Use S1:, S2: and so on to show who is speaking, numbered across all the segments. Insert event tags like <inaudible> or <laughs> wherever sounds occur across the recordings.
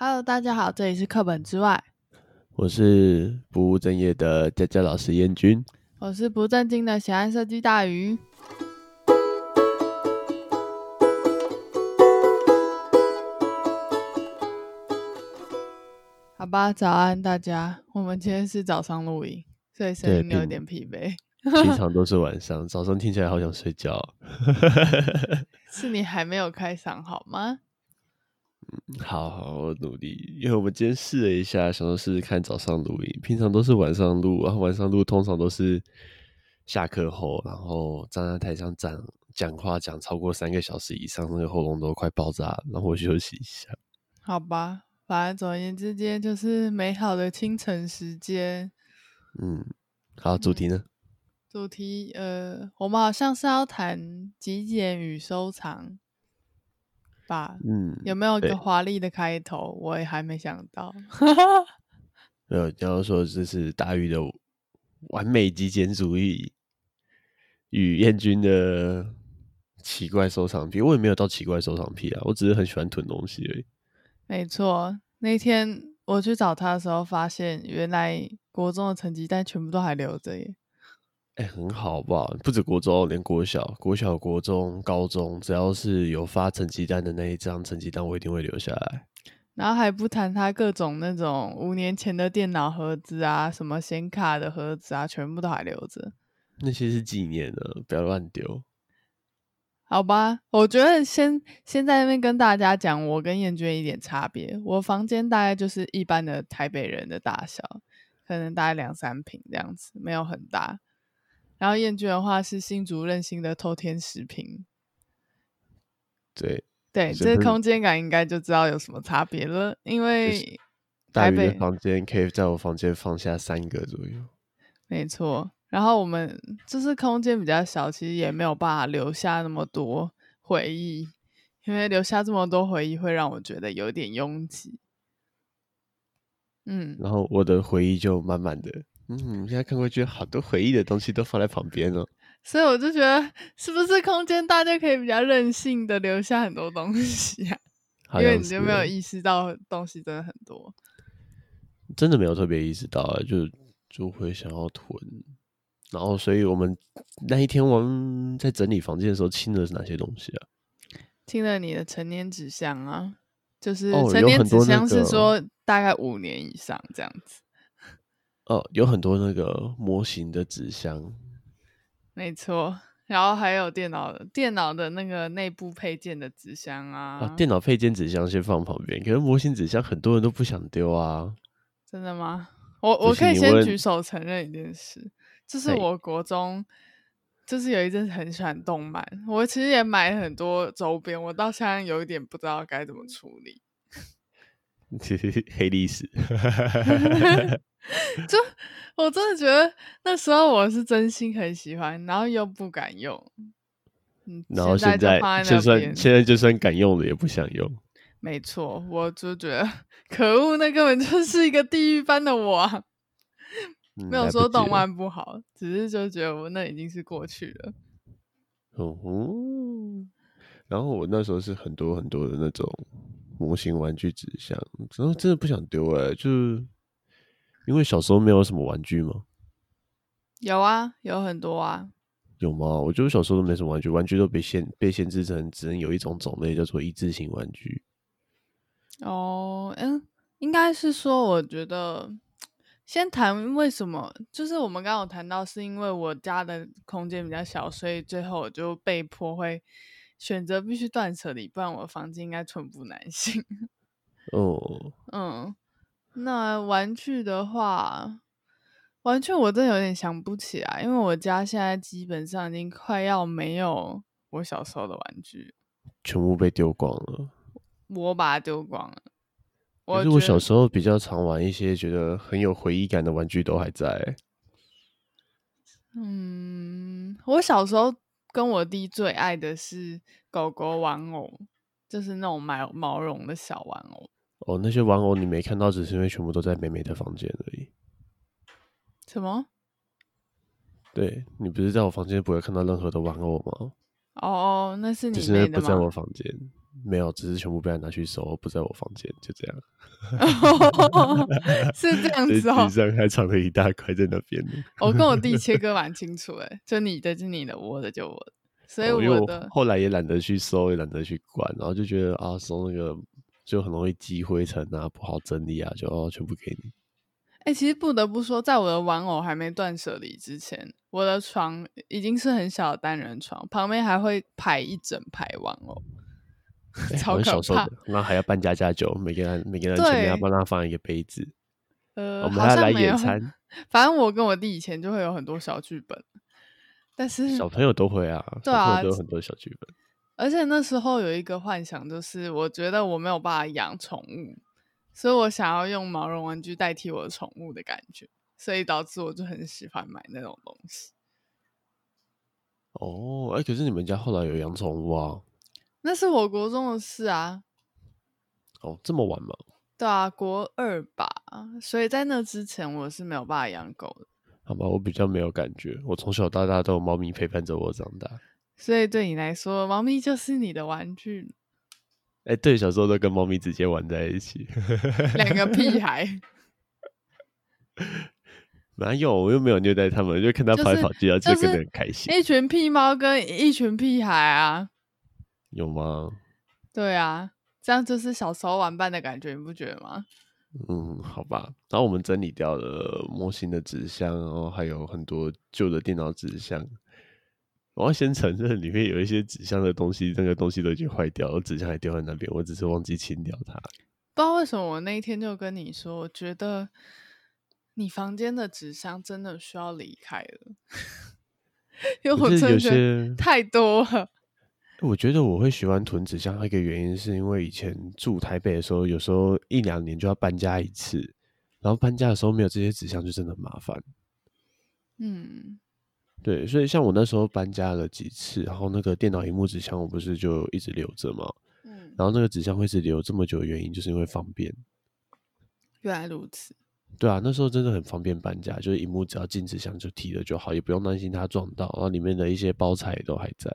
S1: Hello，大家好，这里是课本之外，
S2: 我是不务正业的佳佳老师燕君。
S1: 我是不正经的喜爱设计大鱼。好吧，早安大家，我们今天是早上录音，所以声
S2: 对
S1: 音有
S2: 并
S1: 点疲惫，
S2: 平常都是晚上，早上听起来好想睡觉。
S1: 是你还没有开嗓好吗？
S2: 好好，我努力，因为我们今天试了一下，想说试试看早上录音。平常都是晚上录，然后晚上录通常都是下课后，然后站在台上讲讲话讲超过三个小时以上，那个喉咙都快爆炸了，然后我休息一下。
S1: 好吧，反正总而言之，今天就是美好的清晨时间。
S2: 嗯，好，主题呢？
S1: 主题呃，我们好像是要谈极简与收藏吧？
S2: 嗯，
S1: 有没有一
S2: 对
S1: 个华丽的开头？我也还没想到。 <laughs>
S2: 没有，你要呃说这是大宇的完美极简主义与燕君的奇怪收藏癖。我也没有到奇怪收藏癖啊，我只是很喜欢囤东西而已。
S1: 没错，那天我去找他的时候，发现原来国中的成绩单全部都还留着耶。
S2: 哎、很好，好不好？不止国中，连国小、国小、国中、高中，只要是有发成绩单的那一张成绩单，我一定会留下来。
S1: 然后还不谈他各种那种五年前的电脑盒子啊，什么显卡的盒子啊，全部都还留着。
S2: 那些是纪念的，不要乱丢。
S1: 好吧，我觉得先先在那边跟大家讲，我跟燕娟一点差别。我房间大概就是一般的台北人的大小，可能大概两三平这样子，没有很大。然后燕娟的话是新竹任性的偷天十平，
S2: 对，
S1: 对，
S2: 是
S1: 这
S2: 不是
S1: 空间感应该就知道有什么差别了。因为
S2: 大
S1: 台
S2: 宇的
S1: 北
S2: 房间可以在我房间放下三个左右。
S1: 没错，然后我们就是空间比较小，其实也没有办法留下那么多回忆，因为留下这么多回忆会让我觉得有点拥挤。嗯，
S2: 然后我的回忆就满满的，嗯，现在看过去，好多回忆的东西都放在旁边哦。
S1: 所以我就觉得，是不是空间大就可以比较任性的留下很多东西啊？
S2: 好
S1: 因为
S2: 像
S1: 你就是没有
S2: 欸
S1: 意识到东西真的很多。
S2: 真的没有特别意识到欸，就就会想要囤。然后，所以我们那一天我们在整理房间的时候清的是哪些东西啊？
S1: 听了你的成年指向啊，就是
S2: 哦
S1: 成
S2: 有
S1: 年
S2: 很
S1: 指
S2: 多那
S1: 向是
S2: 个
S1: 说大概五年以上这样子。
S2: 哦，有很多那个模型的纸箱，
S1: 没错，然后还有电脑的电脑的那个内部配件的纸箱啊，
S2: 啊，电脑配件纸箱先放旁边，可是模型纸箱很多人都不想丢啊。 <laughs>
S1: 真的吗？我
S2: 不
S1: 我
S2: 信
S1: 可以
S2: 你
S1: 先
S2: 问哎
S1: 举手承认一件事，就是
S2: 嘿
S1: 我国中就是有一阵子很喜欢动漫，我其实也买了很多周边，我到现在有一点不知道该怎么处理。 <laughs>
S2: 黑历史，
S1: 就我真的觉得那时候我是真心很喜欢，然后又不敢用。嗯，
S2: 然后
S1: 现在
S2: 现在
S1: 就放在
S2: 就
S1: 那
S2: 算
S1: 边
S2: 现在就算敢用的也不想用。
S1: 没错，我就觉得 <laughs> 可恶，那根本就是一个地狱般的我啊、
S2: 嗯
S1: 没有
S2: 来不
S1: 说
S2: 及
S1: 动
S2: 了
S1: 漫不好，只是就觉得我那已经是过去了。
S2: 哦吼，哦然后我那时候是很多很多的那种模型玩具纸箱，然后真的不想丢哎、就是因为小时候没有什么玩具嘛，
S1: 有啊，有很多啊，
S2: 有吗？我就是小时候都没什么玩具，玩具都被限被限制成只能有一种种类，叫做一致型玩具。
S1: 哦，嗯，应该是说，我觉得先谈为什么，就是我们刚刚有谈到，是因为我家的空间比较小，所以最后我就被迫会选择必须断舍离，不然我房间应该寸 <laughs> 步难行。
S2: 哦，
S1: 嗯，那玩具的话，玩具我真的有点想不起来，因为我家现在基本上已经快要没有我小时候的玩具，
S2: 全部被丢光了。
S1: 我把它丢光了。
S2: 可
S1: 我
S2: 是
S1: 觉得
S2: 我小时候比较常玩一些觉得很有回忆感的玩具都还在欸、
S1: 嗯，我小时候跟我弟最爱的是狗狗玩偶，就是那种毛毛绒的小玩偶，
S2: 哦，那些玩偶你没看到，只是因为全部都在美美的房间而已。
S1: 什么？
S2: 对你不是在我房间不会看到任何的玩偶吗？
S1: 哦，那是你
S2: 只是
S1: 妹的
S2: 不在
S1: 吗
S2: 我？房间。没有，只是全部被他拿去收，不在我房间，就这样。
S1: <laughs> <laughs> 是这样
S2: <laughs> 所以
S1: 子哦
S2: 地。上还藏了一大块在那边呢。 <laughs>
S1: 我哦跟我弟切割蛮清楚诶、就你的就你的，我的就我的， <laughs> 所以
S2: 哦因为
S1: 我
S2: 我
S1: 的、
S2: 后来也懒得去收，也懒得去管，然后就觉得啊，收那个就很容易积灰尘啊，不好整理啊，就哦全部给你。
S1: 哎、其实不得不说，在我的玩偶还没断舍离之前，我的床已经是很小的单人床，旁边还会排一整排玩
S2: <laughs>
S1: 偶，
S2: 哎
S1: 超
S2: 我很
S1: 可
S2: 小时候
S1: 怕
S2: 的。，然后还要搬家家酒，每个人每个人前面要
S1: 对
S2: 帮他放一个杯子，
S1: 呃，
S2: 我们
S1: 好
S2: 还要
S1: 像
S2: 来
S1: 没有
S2: 野。餐，
S1: 反正我跟我弟以前就会有很多小剧本，但是
S2: 小朋友都会啊，
S1: 嗯对
S2: 小朋
S1: 啊
S2: 友都有很多小剧本。
S1: 而且那时候有一个幻想，就是我觉得我没有办法养宠物，所以我想要用毛绒玩具代替我的宠物的感觉，所以导致我就很喜欢买那种东西。
S2: 哦，哎、可是你们家后来有养宠物啊？
S1: 那是我国中的事啊，
S2: 哦，这么晚吗？
S1: 对啊，国二吧，所以在那之前我是没有办法养狗的，
S2: 好吧，我比较没有感觉，我从小到大都有猫咪陪伴着我长大。
S1: 所以对你来说，猫咪就是你的玩具，
S2: 哎、对，小时候都跟猫咪直接玩在一起。 <laughs>
S1: 两个屁孩，
S2: 哪有？我又没有虐待他们，就看他
S1: 就
S2: 跑来
S1: 是
S2: 跑去，然后就
S1: 就是
S2: 跟得很开心，
S1: 一群屁猫跟一群屁孩啊，
S2: 有吗？
S1: 对啊，这样就是小时候玩伴的感觉，你不觉得吗？
S2: 嗯，好吧。然后我们整理掉了模型的纸箱，然后还有很多旧的电脑纸箱。我要先承认，里面有一些纸箱的东西，那个东西都已经坏掉了，纸箱还丢在那边，我只是忘记清掉它。
S1: 不知道为什么我那一天就跟你说，我觉得你房间的纸箱真的需要离开了， <laughs> 因为我
S2: 可
S1: 真
S2: 是有
S1: 的觉得
S2: 些，
S1: 太多了。
S2: 我觉得我会喜欢囤纸箱，还有一个原因是因为以前住台北的时候，有时候一两年就要搬家一次，然后搬家的时候没有这些纸箱就真的很麻烦。
S1: 嗯，
S2: 对，所以像我那时候搬家了几次，然后那个电脑荧幕纸箱我不是就一直留着嘛，
S1: 嗯，
S2: 然后那个纸箱会一直留这么久的原因就是因为方便。
S1: 原来如此。
S2: 对啊，那时候真的很方便搬家，就是荧幕只要进纸箱就提了就好，也不用担心它撞到，然后里面的一些包材也都还在。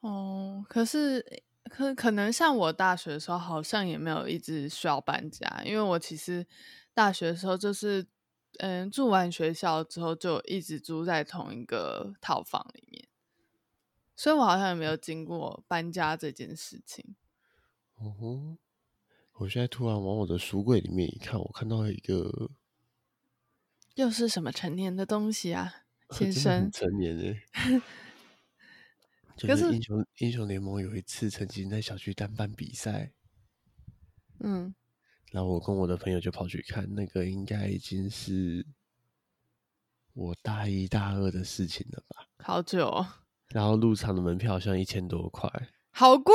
S1: 哦，可是可可能像我大学的时候，好像也没有一直需要搬家，因为我其实大学的时候就是，嗯，住完学校之后就一直住在同一个套房里面，所以我好像也没有经过搬家这件事情。
S2: 哦吼，我现在突然往我的书柜里面一看，我看到了一个
S1: 又是什么成年的东西啊，先
S2: 哦真的很
S1: 生？
S2: 成年人。
S1: <laughs>
S2: 就
S1: 可
S2: 是
S1: 是
S2: 英雄英雄联盟有一次曾经在小区单办比赛，
S1: 嗯，
S2: 然后我跟我的朋友就跑去看，那个应该已经是我大一大二的事情了吧。
S1: 好久、哦，
S2: 然后入场的门票好像一千多块，
S1: 好贵，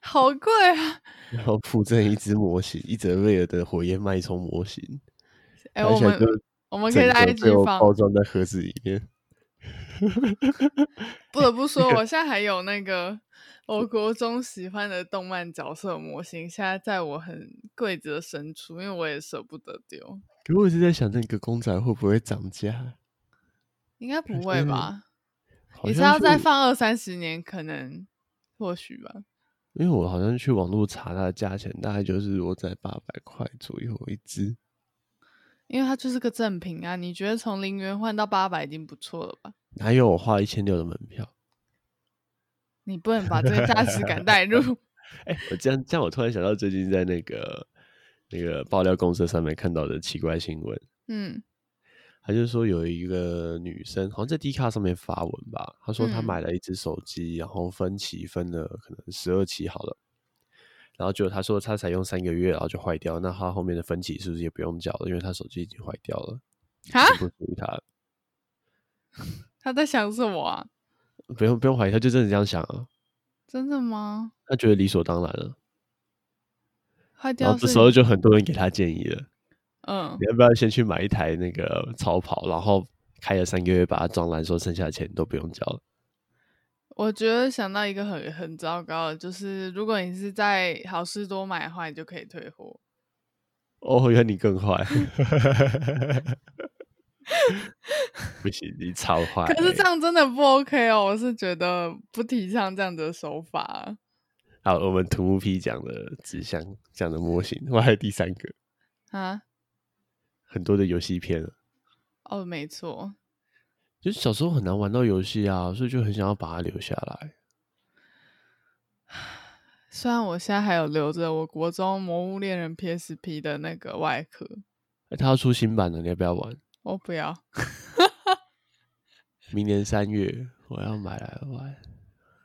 S1: 好贵啊！
S2: 然后附赠一只模型，一折瑞尔的火焰脉冲模型。
S1: 哎、
S2: 看
S1: 我
S2: 起来
S1: 们
S2: 就
S1: 我们可以在
S2: 整个被
S1: IG
S2: 我
S1: 放。
S2: 包装在盒子里面。
S1: 不得
S2: <laughs>
S1: 不说，我现在还有那个我国中喜欢的动漫角色模型，现在在我很柜子的深处，因为我也舍不得丢。
S2: 可我一直在想，那个公仔会不会涨价？
S1: 应该不会
S2: 是
S1: 吧？
S2: 嗯好
S1: 你是
S2: 像
S1: 要再
S2: 去
S1: 放二三十年，可能或许吧。
S2: 因为我好像去网络查它的价钱，大概就是我在八百块左右一只。
S1: 因为它就是个赠品啊，你觉得从零元换到八百已经不错了吧？
S2: 哪有我花一千六的门票？
S1: 你不能把这个价值感带
S2: <laughs>
S1: 入。
S2: 哎、我这样这样，我突然想到最近在那个那个爆料公社上面看到的奇怪新闻，
S1: 嗯
S2: 他就说有一个女生好像在 D 卡上面发文吧，她说她
S1: 嗯
S2: 买了一只手机，然后分期分了可能十二期好了，然后就她说她才用三个月，然后就坏掉，那她后面的分期是不是也不用缴了？因为她手机已经坏掉了，
S1: 啊， <laughs>
S2: 不属于她了，
S1: 他在想什么啊？
S2: 不用不用怀疑，她就真的这样想啊，
S1: 真的吗？
S2: 她觉得理所当然了。
S1: 坏
S2: 然
S1: 掉
S2: 后这
S1: 是
S2: 时候就很多人给她建议了，
S1: 嗯
S2: 你要不要先去买一台那个超跑，然后开了三个月把它装烂，说剩下的钱都不用交了。
S1: 我觉得想到一个很很糟糕的，就是如果你是在好事多买的话，你就可以退货。
S2: 哦，原来你更坏，不行，你超坏欸、
S1: 可是这样真的不 OK 哦，我是觉得不提倡这样子的手法。
S2: 好，我们土木 P 讲的纸箱讲的模型，我还有第三个，
S1: 啊，
S2: 很多的游戏片了，
S1: 哦，没错，
S2: 就是小时候很难玩到游戏啊，所以就很想要把它留下来。
S1: 虽然我现在还有留着我国中《魔物猎人》PSP 的那个外壳，
S2: 哎，它要出新版了，你要不要玩？
S1: 我不要，
S2: 明年三月我要买来玩，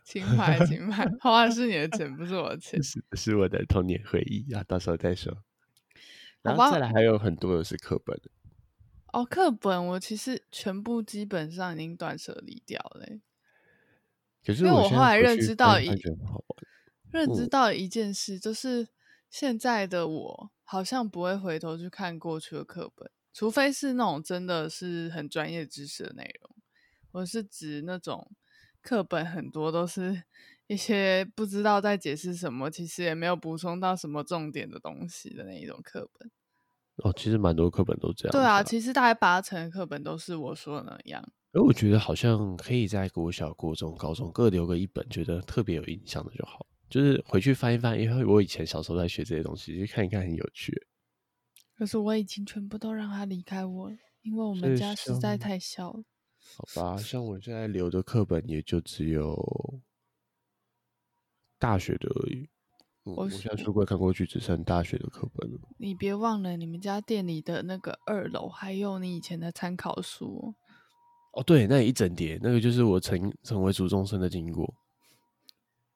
S1: 请
S2: <laughs>
S1: 买，请买，花的是你的钱，不是我的钱
S2: 这。是是我的童年回忆啊，到时候再说。
S1: 好
S2: 然
S1: 吧
S2: 后再来还有很多的是课本，
S1: 哦，课本我其实全部基本上已经断舍离掉了欸、
S2: 可是
S1: 因为我
S2: 现在
S1: 后来
S2: 回
S1: 认
S2: 去
S1: 知到
S2: 翻
S1: 一
S2: 它觉得很好玩
S1: 认知
S2: 嗯
S1: 到一件事，就是现在的我好像不会回头去看过去的课本，除非是那种真的是很专业知识的内容。我是指那种课本很多都是一些不知道在解释什么，其实也没有补充到什么重点的东西的那一种课本。
S2: 哦，其实蛮多课本都这样子。
S1: 对啊，其实大概八成的课本都是我说的那样。
S2: 而我觉得好像可以在国小、国中、高中各留个一本，觉得特别有印象的就好。就是回去翻一翻，因为我以前小时候在学这些东西，去看一看很有趣。
S1: 可是我已经全部都让他离开我了，因为我
S2: 所
S1: 们
S2: 以
S1: 家实在
S2: 像
S1: 太小了。
S2: 好吧，像我现在留的课本也就只有大学的而已。嗯、
S1: 我
S2: 我
S1: 是
S2: 现在书柜看过去只剩大学的课本了。
S1: 你别忘了，你们家店里的那个二楼还有你以前的参考书、
S2: 哦，对，那一整叠，那个就是我成成为初中生的经过。
S1: 哦，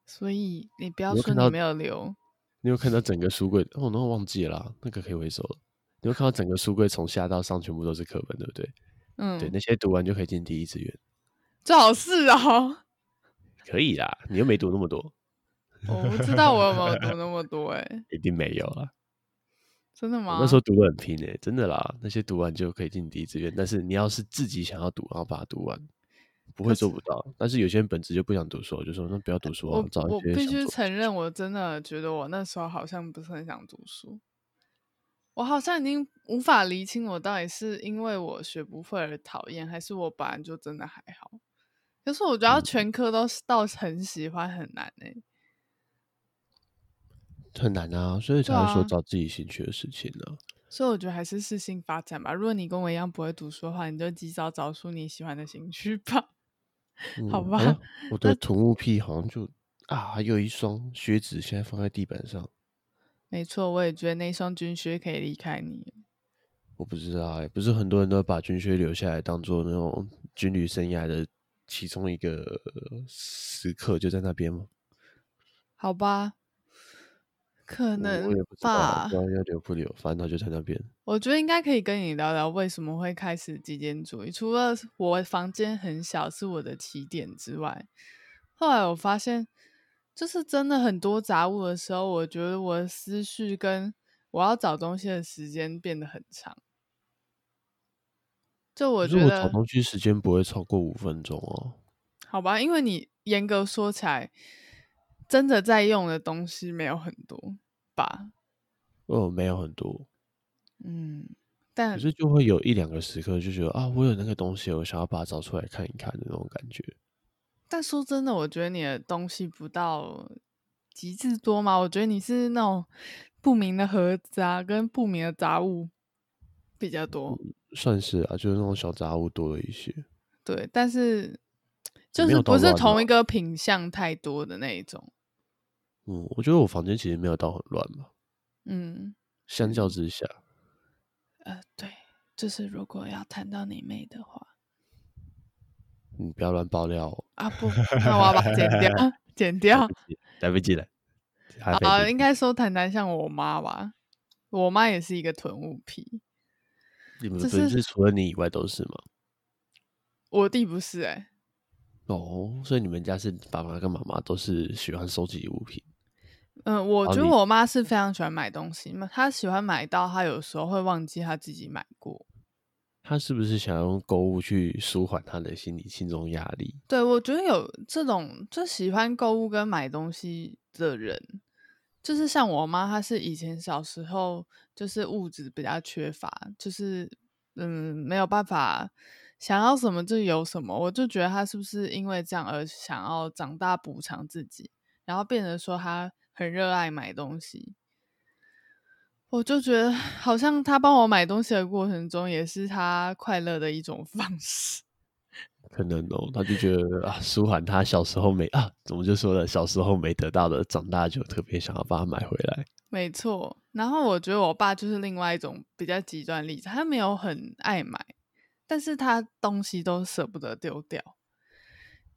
S1: 所以你不要
S2: 有
S1: 说
S2: 看
S1: 你
S2: 到
S1: 没有留。
S2: 你有看到整个书柜？哦，那我忘记了啦，那个可以回收了。你有看到整个书柜从下到上全部都是课本，对不对？对，
S1: 嗯，
S2: 那些读完就可以进第一志愿，
S1: 最好是哦。 <laughs>
S2: 可以啦。你又没读那么多，
S1: 我不知道我有没
S2: <laughs>
S1: 有读那么多哎、
S2: 一定没有啦。
S1: 真的
S2: 我
S1: 吗？
S2: 那时候读的很拼诶、真的啦。那些读完就可以进第一志愿，但是你要是自己想要读，然后把它读完，不
S1: 可
S2: 会做
S1: 是
S2: 不到。但是有些人本质就不想读书，啊我就说那不要读书
S1: 我
S2: 哦，找一
S1: 我
S2: 些
S1: 必
S2: 想
S1: 须
S2: 做
S1: 承认，我真的觉得我那时候好像不是很想读书。我好像已经无法厘清，我到底是因为我学不会而讨厌，还是我本来就真的还好。可是我觉得
S2: 嗯
S1: 要全科都是到很喜欢很难哎、
S2: 很难啊，所以才
S1: 对
S2: 会说
S1: 啊
S2: 找自己兴趣的事情啊呢、
S1: 所以我觉得还是适性发展吧。如果你跟我一样不会读书的话，你就及早找出你喜欢的兴趣吧。 <laughs> 好
S2: 嗯
S1: 吧
S2: 像我的土木屁好像就啊，还有一双靴子现在放在地板上，
S1: 没错，我也觉得那双军靴可以离开你了。
S2: 我不知道、欸，不是很多人都把军靴留下来当做那种军旅生涯的其中一个时刻，就在那边吗？
S1: 好吧，可
S2: 我
S1: 能
S2: 我也不知道啊，
S1: 吧
S2: 不。知道要留不留，反正它就在那边。
S1: 我觉得应该可以跟你聊聊为什么会开始极简主义。除了我房间很小是我的起点之外，后来我发现，就是真的很多杂物的时候，我觉得我的思绪跟我要找东西的时间变得很长。就我
S2: 可是
S1: 觉
S2: 我
S1: 得
S2: 找东西时间不会超过五分钟哦。
S1: 好吧，因为你严格说起来，真的在用的东西没有很多吧？
S2: 哦，没有很多，
S1: 嗯，但
S2: 可是就会有一两个时刻就觉得啊，我有那个东西，我想要把它找出来看一看的那种感觉。
S1: 但说真的，我觉得你的东西不到极致多嘛。我觉得你是那种不明的盒子啊，跟不明的杂物比较多。
S2: 算是啊，就是那种小杂物多了一些。
S1: 对，但是就
S2: 没
S1: 是
S2: 有到
S1: 不是
S2: 乱
S1: 同
S2: 啊
S1: 一个品相太多的那一种。
S2: 嗯，我觉得我房间其实没有到很乱吧，
S1: 嗯，
S2: 相较之下，
S1: 呃，对，就是如果要谈到你妹的话
S2: 你不要乱爆料、哦，
S1: 啊，不，那我要把它剪
S2: <laughs>
S1: 掉，剪掉。
S2: 来不及了。还没
S1: 啊，
S2: 进
S1: 应该说谈谈像我妈吧，我妈也是一个囤物癖。
S2: 你们
S1: 这
S2: 不
S1: 是
S2: 是除了你以外都是吗？
S1: 我弟不是哎、
S2: 哦，所以你们家是爸爸跟妈妈都是喜欢收集物品，
S1: 嗯，我
S2: 好
S1: 觉得
S2: 你
S1: 我妈是非常喜欢买东西嘛，她喜欢买到她有时候会忘记她自己买过。
S2: 他是不是想要用购物去舒缓他的心理心中压力？
S1: 对，我觉得有这种就喜欢购物跟买东西的人，就是像我妈，她是以前小时候就是物质比较缺乏，就是嗯没有办法想要什么就有什么，我就觉得她是不是因为这样而想要长大补偿自己，然后变得说他很热爱买东西。我就觉得，好像他帮我买东西的过程中，也是他快乐的一种方式。
S2: 可能哦，他就觉得啊，舒缓他小时候没啊，怎么就说了，小时候没得到的，长大就特别想要把它买回来。
S1: 没错，然后我觉得我爸就是另外一种比较极端的例子，他没有很爱买，但是他东西都舍不得丢掉。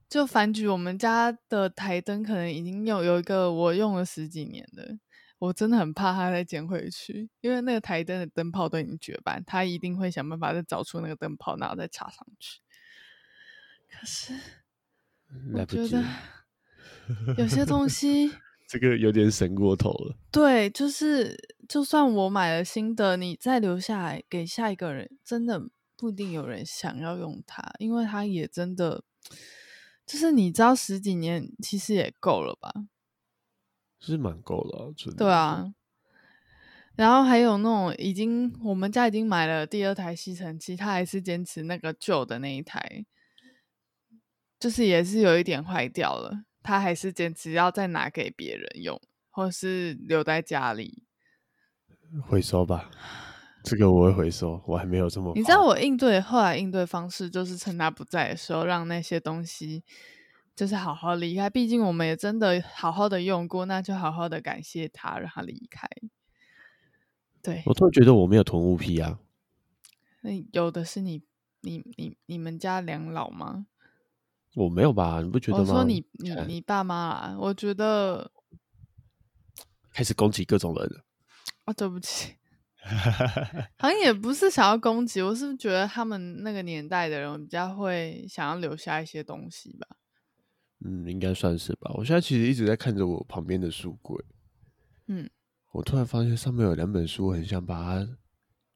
S1: 就反举我们家的台灯，可能已经有有一个我用了十几年的，我真的很怕它再捡回去，因为那个台灯的灯泡都已经绝版，他一定会想办法再找出那个灯泡，然后再插上去。可是
S2: 来
S1: 我
S2: 不
S1: 觉
S2: 及
S1: 得有些东西。
S2: 这个有点神过头了。
S1: 对，就是就算我买了新的，你再留下来给下一个人，真的不一定有人想要用它，因为它也真的，就是你知道十几年其实也够了吧？
S2: 是蛮够了啊、真的
S1: 对，啊。然后还有那种已经我们家已经买了第二台吸尘器，他还是坚持那个旧的那一台，就是也是有一点坏掉了，他还是坚持要再拿给别人用，或是留在家里。
S2: 回收吧，这个我会回收，我还没有这么。
S1: 你知道，我应对后来应对方式，就是趁他不在的时候，让那些东西就是好好离开。毕竟我们也真的好好的用过，那就好好的感谢他，让他离开。对，
S2: 我突然觉得我没有囤物癖啊，
S1: 那有的是你你你你们家两老吗？
S2: 我没有吧？你不觉得
S1: 我
S2: 吗？
S1: 说你你
S2: 看
S1: 你爸妈啊，我觉得
S2: 开始攻击各种人了。
S1: 啊、对不
S2: <laughs>
S1: 起，好像也不是想要攻击，我是觉得他们那个年代的人比较会想要留下一些东西吧。
S2: 嗯，应该算是吧。我现在其实一直在看着我旁边的书柜，
S1: 嗯，
S2: 我突然发现上面有两本书，我很想把它，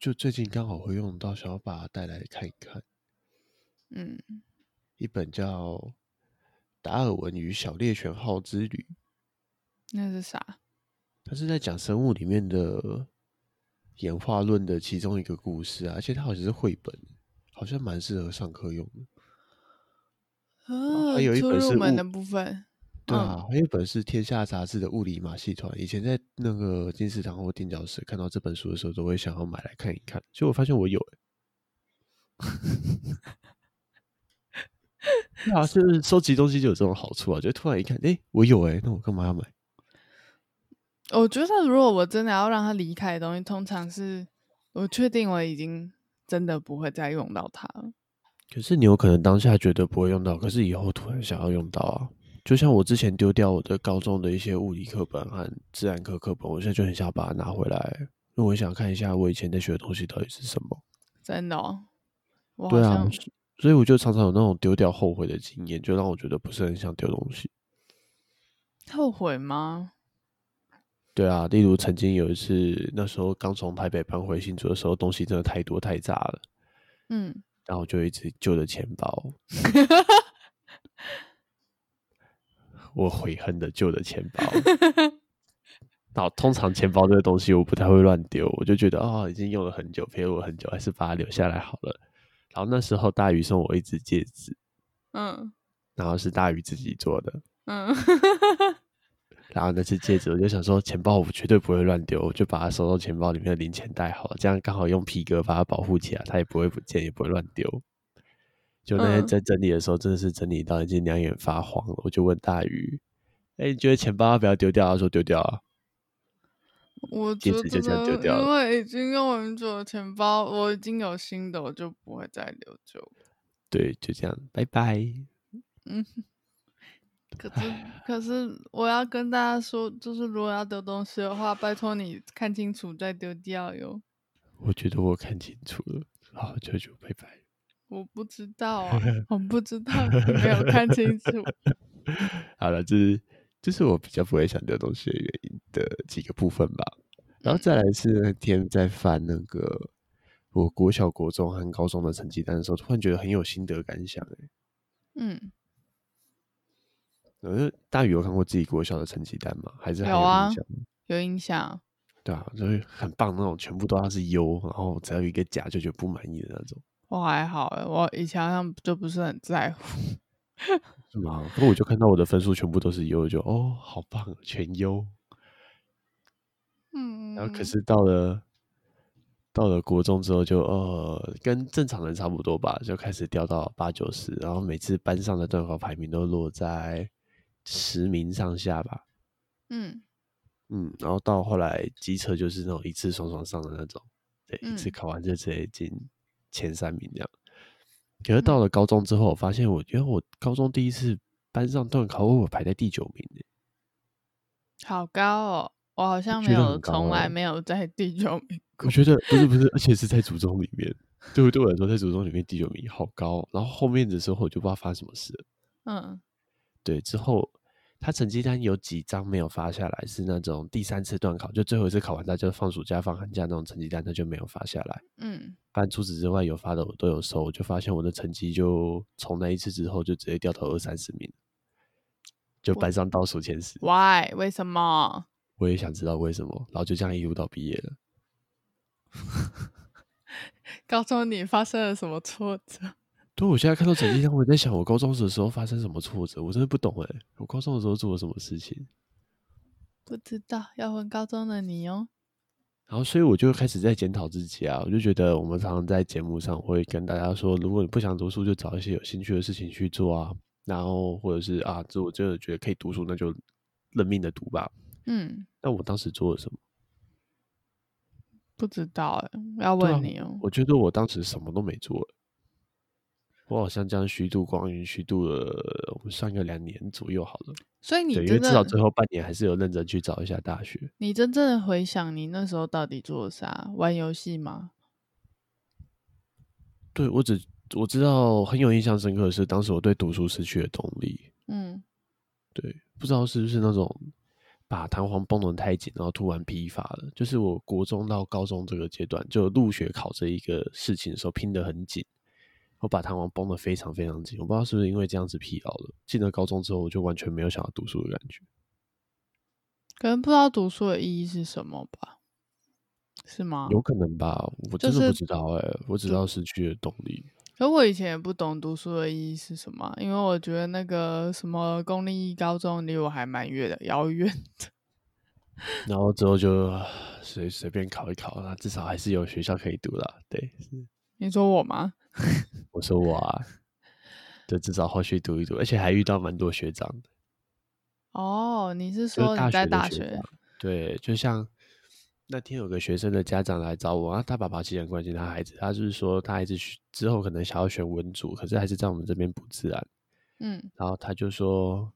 S2: 就最近刚好会用到，想要把它带来看一看。
S1: 嗯，
S2: 一本叫《达尔文与小猎犬号之旅》，
S1: 那是啥？
S2: 它是在讲生物里面的演化论的其中一个故事啊，而且它好像是绘本，好像蛮适合上课用的。
S1: 哦，
S2: 还有一
S1: 出
S2: 本
S1: 入
S2: 是
S1: 门
S2: 物
S1: 的部分，嗯
S2: 对啊，还有一本是《天下》杂志的物理马戏团。以前在那个金石堂或垫脚石看到这本书的时候，都会想要买来看一看。结果我发现我有、欸， <laughs> 对啊，就是收集东西就有这种好处啊，就突然一看，哎、我有哎、那我干嘛要买？
S1: 我觉得如果我真的要让他离开的东西，通常是我确定我已经真的不会再用到它了。
S2: 可是你有可能当下觉得不会用到，可是以后突然想要用到啊。就像我之前丢掉我的高中的一些物理课本和自然科课本，我现在就很想把它拿回来，因为我想看一下我以前在学的东西到底是什么。
S1: 真的哦，我好
S2: 对啊
S1: 像，
S2: 所以我就常常有那种丢掉后悔的经验，就让我觉得不是很想丢东西。
S1: 后悔吗？
S2: 对啊，例如曾经有一次，那时候刚从台北搬回新竹的时候，东西真的太多太杂了，
S1: 嗯，
S2: 然后我就一直旧的钱包， <laughs> 我悔恨的旧的钱 <laughs> 包。然后通常钱包这个东西我不太会乱丢，我就觉得哦，已经用了很久，陪我很久，还是把它留下来好了。然后那时候大鱼送我一只戒指，
S1: 嗯
S2: 然后是大鱼自己做的，
S1: 嗯， <laughs>
S2: 然后那只戒指，我就想说，钱包我绝对不会乱丢，我就把它收到钱包里面的零钱袋好了，这样刚好用皮革把它保护起来，它也不会不见，也不会乱丢。就那天
S1: 嗯
S2: 在整理的时候，真的是整理到已经两眼发黄了，我就问大鱼：“哎、你觉得钱包要不要丢掉？”他说：“丢掉啊。
S1: 我
S2: 戒
S1: 觉
S2: 指就这样
S1: 得
S2: 丢掉了
S1: 因为已经用很久的钱包，我已经有新的，我就不会再留旧了。”
S2: 对，就这样，拜拜。
S1: 可是，可是我要跟大家说，就是如果要丢东西的话，拜托你看清楚再丢掉哟。
S2: 我觉得我看清楚了，好，舅舅，拜拜。
S1: 我不知道 <laughs> 啊，我不知道，你没有看清 <laughs> 楚。
S2: <laughs> 好了，这是这是我比较不会想丢东西的原因的几个部分吧。
S1: 嗯
S2: 然后再来是那天在翻那个我国小、国中和高中的成绩单的时候，突然觉得很有心得感想哎、
S1: 嗯，
S2: 欸。呃，大宇有看过自己国小的成绩单吗？还是还
S1: 有啊
S2: 印象？
S1: 有影响。
S2: 对啊，就是很棒那种，全部都要是优，然后只要有一个假就觉得不满意的那种。
S1: 我还好欸，我以前好像就不是很在乎。
S2: 是吗？那我就看到我的分数全部都是优，就哦，好棒，全优。
S1: 嗯，
S2: 然后可是到了到了国中之后就，呃，跟正常人差不多吧，就开始掉到八九十，然后每次班上的段考排名都落在十名上下吧。
S1: 嗯
S2: 嗯，然后到后来机测就是那种一次爽爽上的那种，对，一次
S1: 嗯
S2: 考完就直接进前三名这样。可
S1: 嗯
S2: 是到了高中之后，我发现我，因为我高中第一次班上段考，我排在第九名耶，
S1: 好高哦，我好像
S2: 觉
S1: 没
S2: 得
S1: 有，
S2: 很高
S1: 从来
S2: 欸
S1: 没有在第九名过
S2: 我。觉得不是不是，而且是在祖宗里面，对我对我来说，在祖宗里面第九名好高。然后后面的时候我就不知道发生什么事了，
S1: <laughs> 嗯
S2: 对，之后他成绩单有几张没有发下来，是那种第三次段考，就最后一次考完大家放暑假放寒假那种成绩单，他就没有发下来。 <laughs>
S1: 嗯，
S2: 但除此之外有发的我都有收，我就发现我的成绩就从那一次之后就直接掉到二三十名，就班上倒数前十。
S1: why 为什么？
S2: 我也想知道为什么，然后就这样一路到毕业了。
S1: 告诉你发生了什么挫折？
S2: 对，我现在看到成绩单，我也在想我高中的时候发生什么挫折，我真的不懂哎、我高中的时候做了什么事情？
S1: 不知道，要问高中的你哦。
S2: 然后，所以我就开始在检讨自己啊，我就觉得我们常常在节目上会跟大家说，如果你不想读书，就找一些有兴趣的事情去做啊，然后或者是啊，这我真的觉得可以读书，那就认命的读吧。
S1: 嗯，
S2: 那我当时做了什么？
S1: 不知道哎，要
S2: 对啊
S1: 问你哦。
S2: 我觉得我当时什么都没做，欸我好像这样虚度光阴，虚度了我们算个两年左右好了。
S1: 所以你
S2: 对，因为
S1: 真
S2: 至少
S1: 的，
S2: 最后半年还是有认真去找一下大学。
S1: 你真正的回想，你那时候到底做了啥？玩游戏吗？
S2: 对我只我知道很有印象深刻的是，当时我对读书失去了动力。
S1: 嗯
S2: 对，不知道是不是那种把弹簧绷得太紧，然后突然疲乏了。就是我国中到高中这个阶段，就入学考这一个事情的时候拼得很紧，我把弹簧绷得非常非常紧。我不知道是不是因为这样子疲劳了。进了高中之后，我就完全没有想要读书的感觉。
S1: 可能不知道读书的意义是什么吧？是吗？
S2: 有可能吧，我
S1: 啊就
S2: 真的
S1: 是
S2: 不知道哎、我只知道失去了动力。
S1: 可我以前也不懂读书的意义是什么啊，因为我觉得那个什么公立高中离我还蛮远的，遥远的。
S2: 然后之后就啊随随便考一考，那至少还是有学校可以读啦。对，
S1: 你说我吗？
S2: 我说我啊，就至少后续读一读，而且还遇到蛮多学长的，
S1: 哦，你是
S2: 就是
S1: 说你
S2: 大
S1: 在
S2: 学的
S1: 大
S2: 学
S1: 学
S2: 长。？对，就像那天有个学生的家长来找我，啊，他爸爸其实很关心他孩子，他就是说他孩子学之后可能想要选文组，可是还是在我们这边不自然。
S1: 嗯
S2: 然后他就说，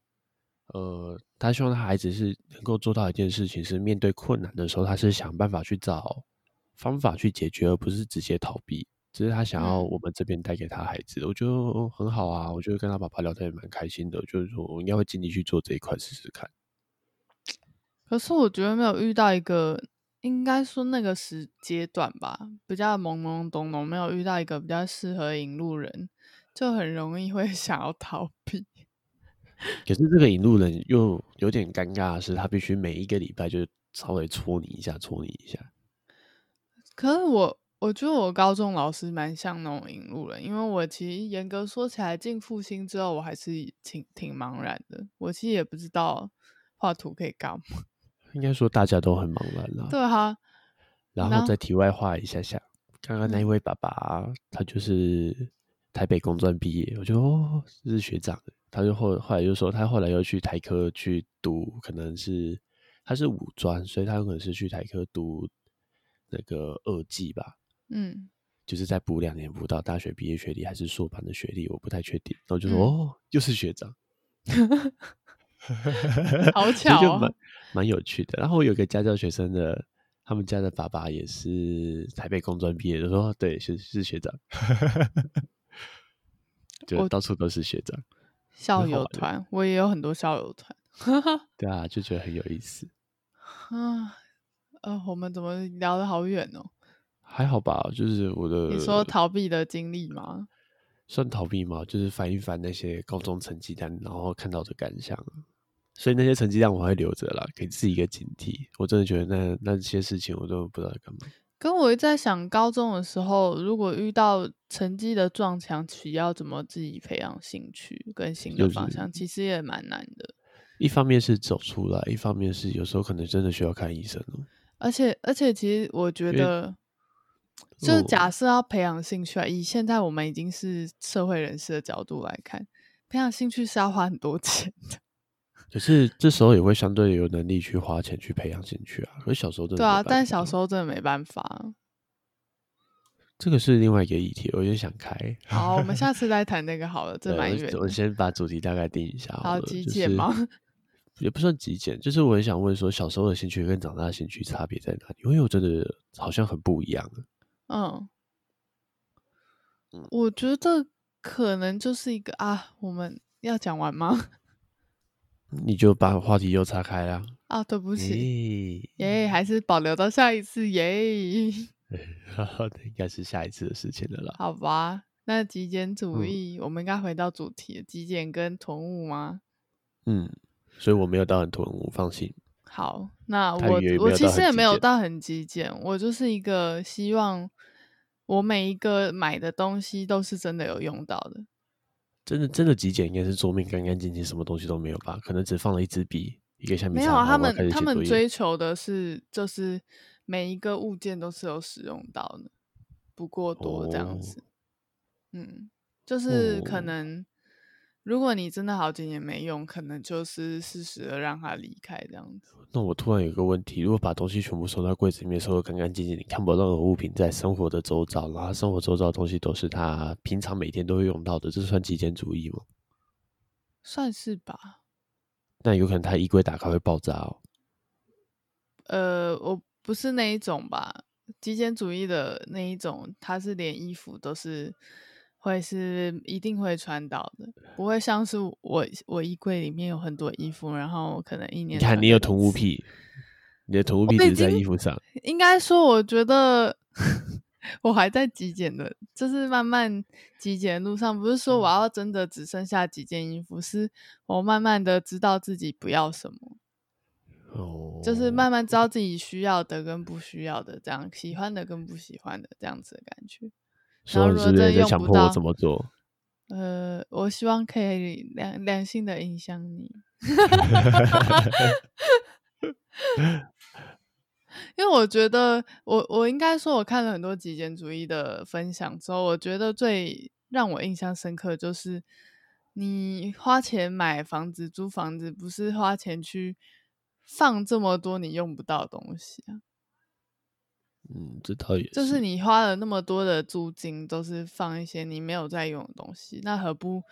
S2: 呃，他希望他孩子是能够做到一件事情，是面对困难的时候，他是想办法去找方法去解决，而不是直接逃避。只是他想要
S1: 嗯
S2: 我们这边带给他孩子，我觉得、哦很好啊。我觉得跟他爸爸聊天也蛮开心的，就是说我应该会尽力去做这一块试试看。
S1: 可是我觉得没有遇到一个，应该说那个时阶段吧，比较懵懵懂懂，没有遇到一个比较适合引路人，就很容易会 <laughs> 想要逃避。
S2: 可是这个引路人又有点尴尬的是，他必须每一个礼拜就稍微戳你一下，戳你一下。
S1: 可是我我觉得我高中老师蛮像那种引路人，因为我其实严格说起来，进复兴之后我还是挺挺茫然的，我其实也不知道画图可以干嘛。
S2: 应该说大家都很茫然啦、
S1: 对啊，
S2: 然
S1: 然
S2: 后
S1: 后
S2: 再题外话一下下，刚刚那一
S1: 嗯
S2: 位爸爸，他就是台北工专毕业，我就哦，这是学长的。他就后后来就说，他后来又去台科去读，可能是他是五专，所以他有可能是去台科读那个二技吧，
S1: 嗯
S2: 就是再补两年，补到大学毕业学历还是硕班的学历，我不太确定。然后就说、
S1: 嗯
S2: 哦，又是学长， <laughs>
S1: 好
S2: 所以
S1: 巧
S2: 就
S1: 哦
S2: 蛮蛮有趣的。然后我有个家教学生的，他们家的爸爸也是台北工专毕业的，说哦对是是学长， <laughs> 就
S1: 我
S2: 到处都是学长，
S1: 校
S2: 蛮好
S1: 友
S2: 玩的
S1: 团，我也有很多校友团。
S2: 对啊，就觉得很有意思。
S1: 啊，呃，我们怎么聊得好远哦？
S2: 还好吧，就是我的
S1: 你说逃避的经历吗？
S2: 算逃避嘛，就是翻一翻那些高中成绩单，然后看到的感想。啊所以那些成绩单我还会留着啦，给自己一个警惕。我真的觉得那那些事情我都不知道在干嘛。
S1: 跟我在想，高中的时候如果遇到成绩的撞墙期，要怎么自己培养兴趣跟新的
S2: 就是
S1: 方向，其实也蛮难的。
S2: 一方面是走出来，一方面是有时候可能真的需要看医生哦了。
S1: 而且而且，其实我觉
S2: 因为
S1: 得，就是
S2: 嗯
S1: 假设要培养兴趣啊，以现在我们已经是社会人士的角度来看，培养兴趣是要花很多 <laughs> 钱的。
S2: 可是这时候也会相对有能力去花钱去培养兴趣啊。可是小时候真的
S1: 对啊，
S2: 没办
S1: 但
S2: 法
S1: 小时候真的没办法。啊
S2: 这个是另外一个议题，我有点想开。
S1: 好，我们下次再谈那个好了，这
S2: 对
S1: 蛮
S2: 我
S1: 远的。
S2: 我先把主题大概定一下
S1: 好
S2: 了
S1: 极
S2: 就
S1: 简
S2: 是
S1: 吗 <laughs>
S2: 也不算极简，就是我很想问说，小时候的兴趣跟长大的兴趣差别在哪里？因为我真的好像很不一样。
S1: 嗯
S2: 嗯，
S1: 我觉得可能就是一个啊，我们要讲完吗？ <laughs>
S2: 你就把话题又岔开啦。哎
S1: 啊，对不起，
S2: 咦，
S1: 耶、
S2: <laughs>
S1: 还是保留到下一次耶、
S2: 应该是下一次的事情了啦。
S1: 好吧，那极简主
S2: 嗯
S1: 义，我们应该回到主题，极简跟囤物吗？
S2: 嗯，所以我没有到很囤，我放心。
S1: 好，那
S2: 它
S1: 我
S2: 也没
S1: 我
S2: 有
S1: 其
S2: 到
S1: 实
S2: 很
S1: 也
S2: 极
S1: 没有
S2: 简
S1: 到很极简，我就是一个希望我每一个买的东西都是真的有用到的。
S2: 真的真的极简，应该是桌面干干净净，什么东西都没有吧？可能只放了一支笔，一个橡皮
S1: 没
S2: 擦。
S1: 有啊，他
S2: 然后我要开
S1: 们
S2: 始
S1: 他
S2: 写
S1: 们
S2: 作
S1: 追
S2: 业
S1: 求的是，就是每一个物件都是有使用到的，不过多这样
S2: 哦
S1: 子。嗯，就是可
S2: 哦
S1: 能、如果你真的好几年没用，可能就是适时的让它离开这样子。
S2: 那我突然有一个问题，如果把东西全部收到柜子里面，收的干干净净，你看不到任何物品在生活的周遭，然后他生活周遭的东西都是他平常每天都会用到的，这算极简主义吗？
S1: 算是吧，
S2: 那有可能他衣柜打开会爆炸哦。
S1: 呃，我不是那一种吧，极简主义的那一种，它是连衣服都是会是一定会穿到的，不会像是我我衣柜里面有很多衣服，然后可能一
S2: 你
S1: 年
S2: 看，
S1: 穿
S2: 你有
S1: 个
S2: 囤
S1: 一
S2: 物
S1: 次，
S2: 癖，你的囤物
S1: 我
S2: 癖
S1: 已
S2: 只是在
S1: 经
S2: 衣服上。
S1: 应该说我觉得 <laughs> 我还在极简的，就是慢慢极简的路上，不是说我
S2: 嗯
S1: 要真的只剩下几件衣服，是我慢慢的知道自己不要什么。
S2: 哦，
S1: 就是慢慢知道自己需要的跟不需要的，这样喜欢的跟不喜欢的这样子的感觉。然
S2: 说
S1: 后
S2: 你
S1: 如
S2: 是
S1: 果
S2: 不是
S1: 真
S2: 在
S1: 用
S2: 强
S1: 不
S2: 迫我
S1: 到，
S2: 怎么做？
S1: 呃，我希望可以良良性的影响你， <laughs> 因为我觉得我我应该说，我看了很多极简主义的分享之后，我觉得最让我印象深刻就是，你花钱买房子、租房子，不是花钱去放这么多你用不到的东西啊。
S2: 嗯，这倒也
S1: 就是你花了那么多的租金，都是放一些你没有在用的东西，那何不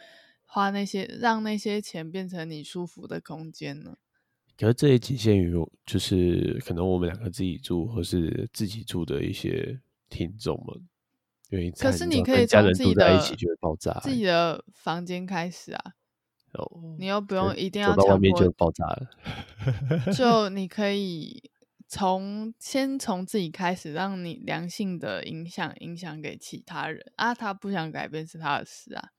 S1: 花那些让那些钱变成你舒服的空间呢？
S2: 可是这也仅限于我，就是可能我们两个自己住或是自己住的一些听众们，因为
S1: 可
S2: 看
S1: 是
S2: 你知道
S1: 可
S2: 跟
S1: 以
S2: 家
S1: 从
S2: 人
S1: 自
S2: 住
S1: 己
S2: 在
S1: 的
S2: 一起就会爆炸欸、
S1: 自己的房间开始啊，
S2: 哦，
S1: 你又不
S2: 可
S1: 用
S2: 是
S1: 一定
S2: 走
S1: 要
S2: 到外
S1: 强
S2: 面就
S1: 迫，
S2: 爆炸了。
S1: 就你可以从先从自己开始，让你良性的影响影响给其他人啊，他不想改变是他的事啊，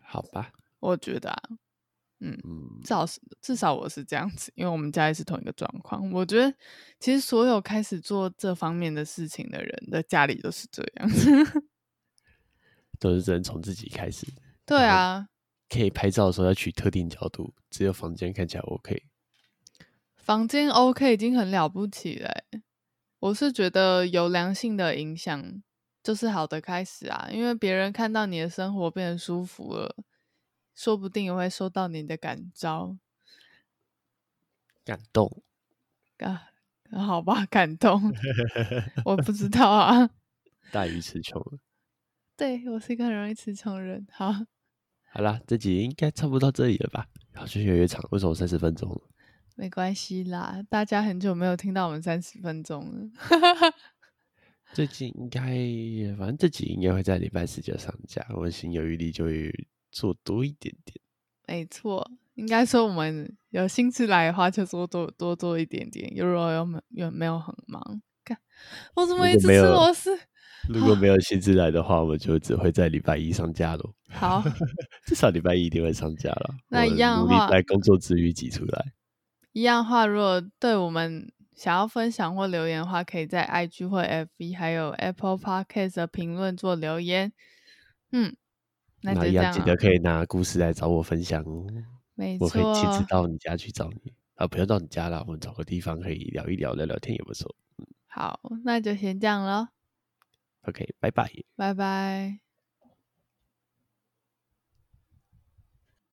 S2: 好吧，
S1: 我觉得啊，嗯。
S2: 嗯
S1: 至，少是至少我是这样子，因为我们家也是同一个状况。我觉得其实所有开始做这方面的事情的人的家里都是这样。
S2: 都是只能从自己开始。
S1: <laughs> 对啊，
S2: 可以拍照的时候要取特定角度，只有房间看起来 OK。
S1: 房间 OK 已经很了不起了欸、我是觉得有良性的影响就是好的开始啊，因为别人看到你的生活变得舒服了，说不定也会受到你的感召
S2: 感动，
S1: 啊。好吧，感动，我不知道啊。 <laughs>
S2: 大于词穷了。
S1: 对我是一个很容易词穷的人。好。
S2: 好啦，这集应该差不多到这里了吧？好，就越来越长，为什么三十分钟了？
S1: 没关系啦，大家很久没有听到我们三十分钟了。 <laughs>
S2: 最近应该，反正这集应该会在礼拜四就上架，我们心有余力就会做多一点点。
S1: 没错，应该说我们有兴致来的话，就多多多做一点点。如果有没有没有很忙，看我怎么
S2: 如
S1: 一
S2: 果
S1: 直
S2: 没
S1: 吃
S2: 有
S1: 螺丝？
S2: 如果没有兴致来的话，我们就只会在礼拜一上架咯。
S1: 好，
S2: 至少礼拜一一定会上架了。
S1: 那
S2: 我
S1: 一样的
S2: 努力
S1: 话
S2: 在工作之余挤出来。
S1: 一样话，如果对我们想要分享或留言的话，可以在 IG 或 FB 还有 Apple Podcast 的评论做留言。嗯，那就
S2: 那
S1: 这
S2: 一
S1: 样、
S2: 样记得
S1: 啊。
S2: 可以拿故事来找我分享哦，
S1: 没
S2: 我可以亲自
S1: 错，
S2: 到你家去找你啊，不要到你家啦，我们找个地方可以聊一聊，聊聊天也不错。
S1: 好，那就先这样了，
S2: OK，拜拜。
S1: 拜拜。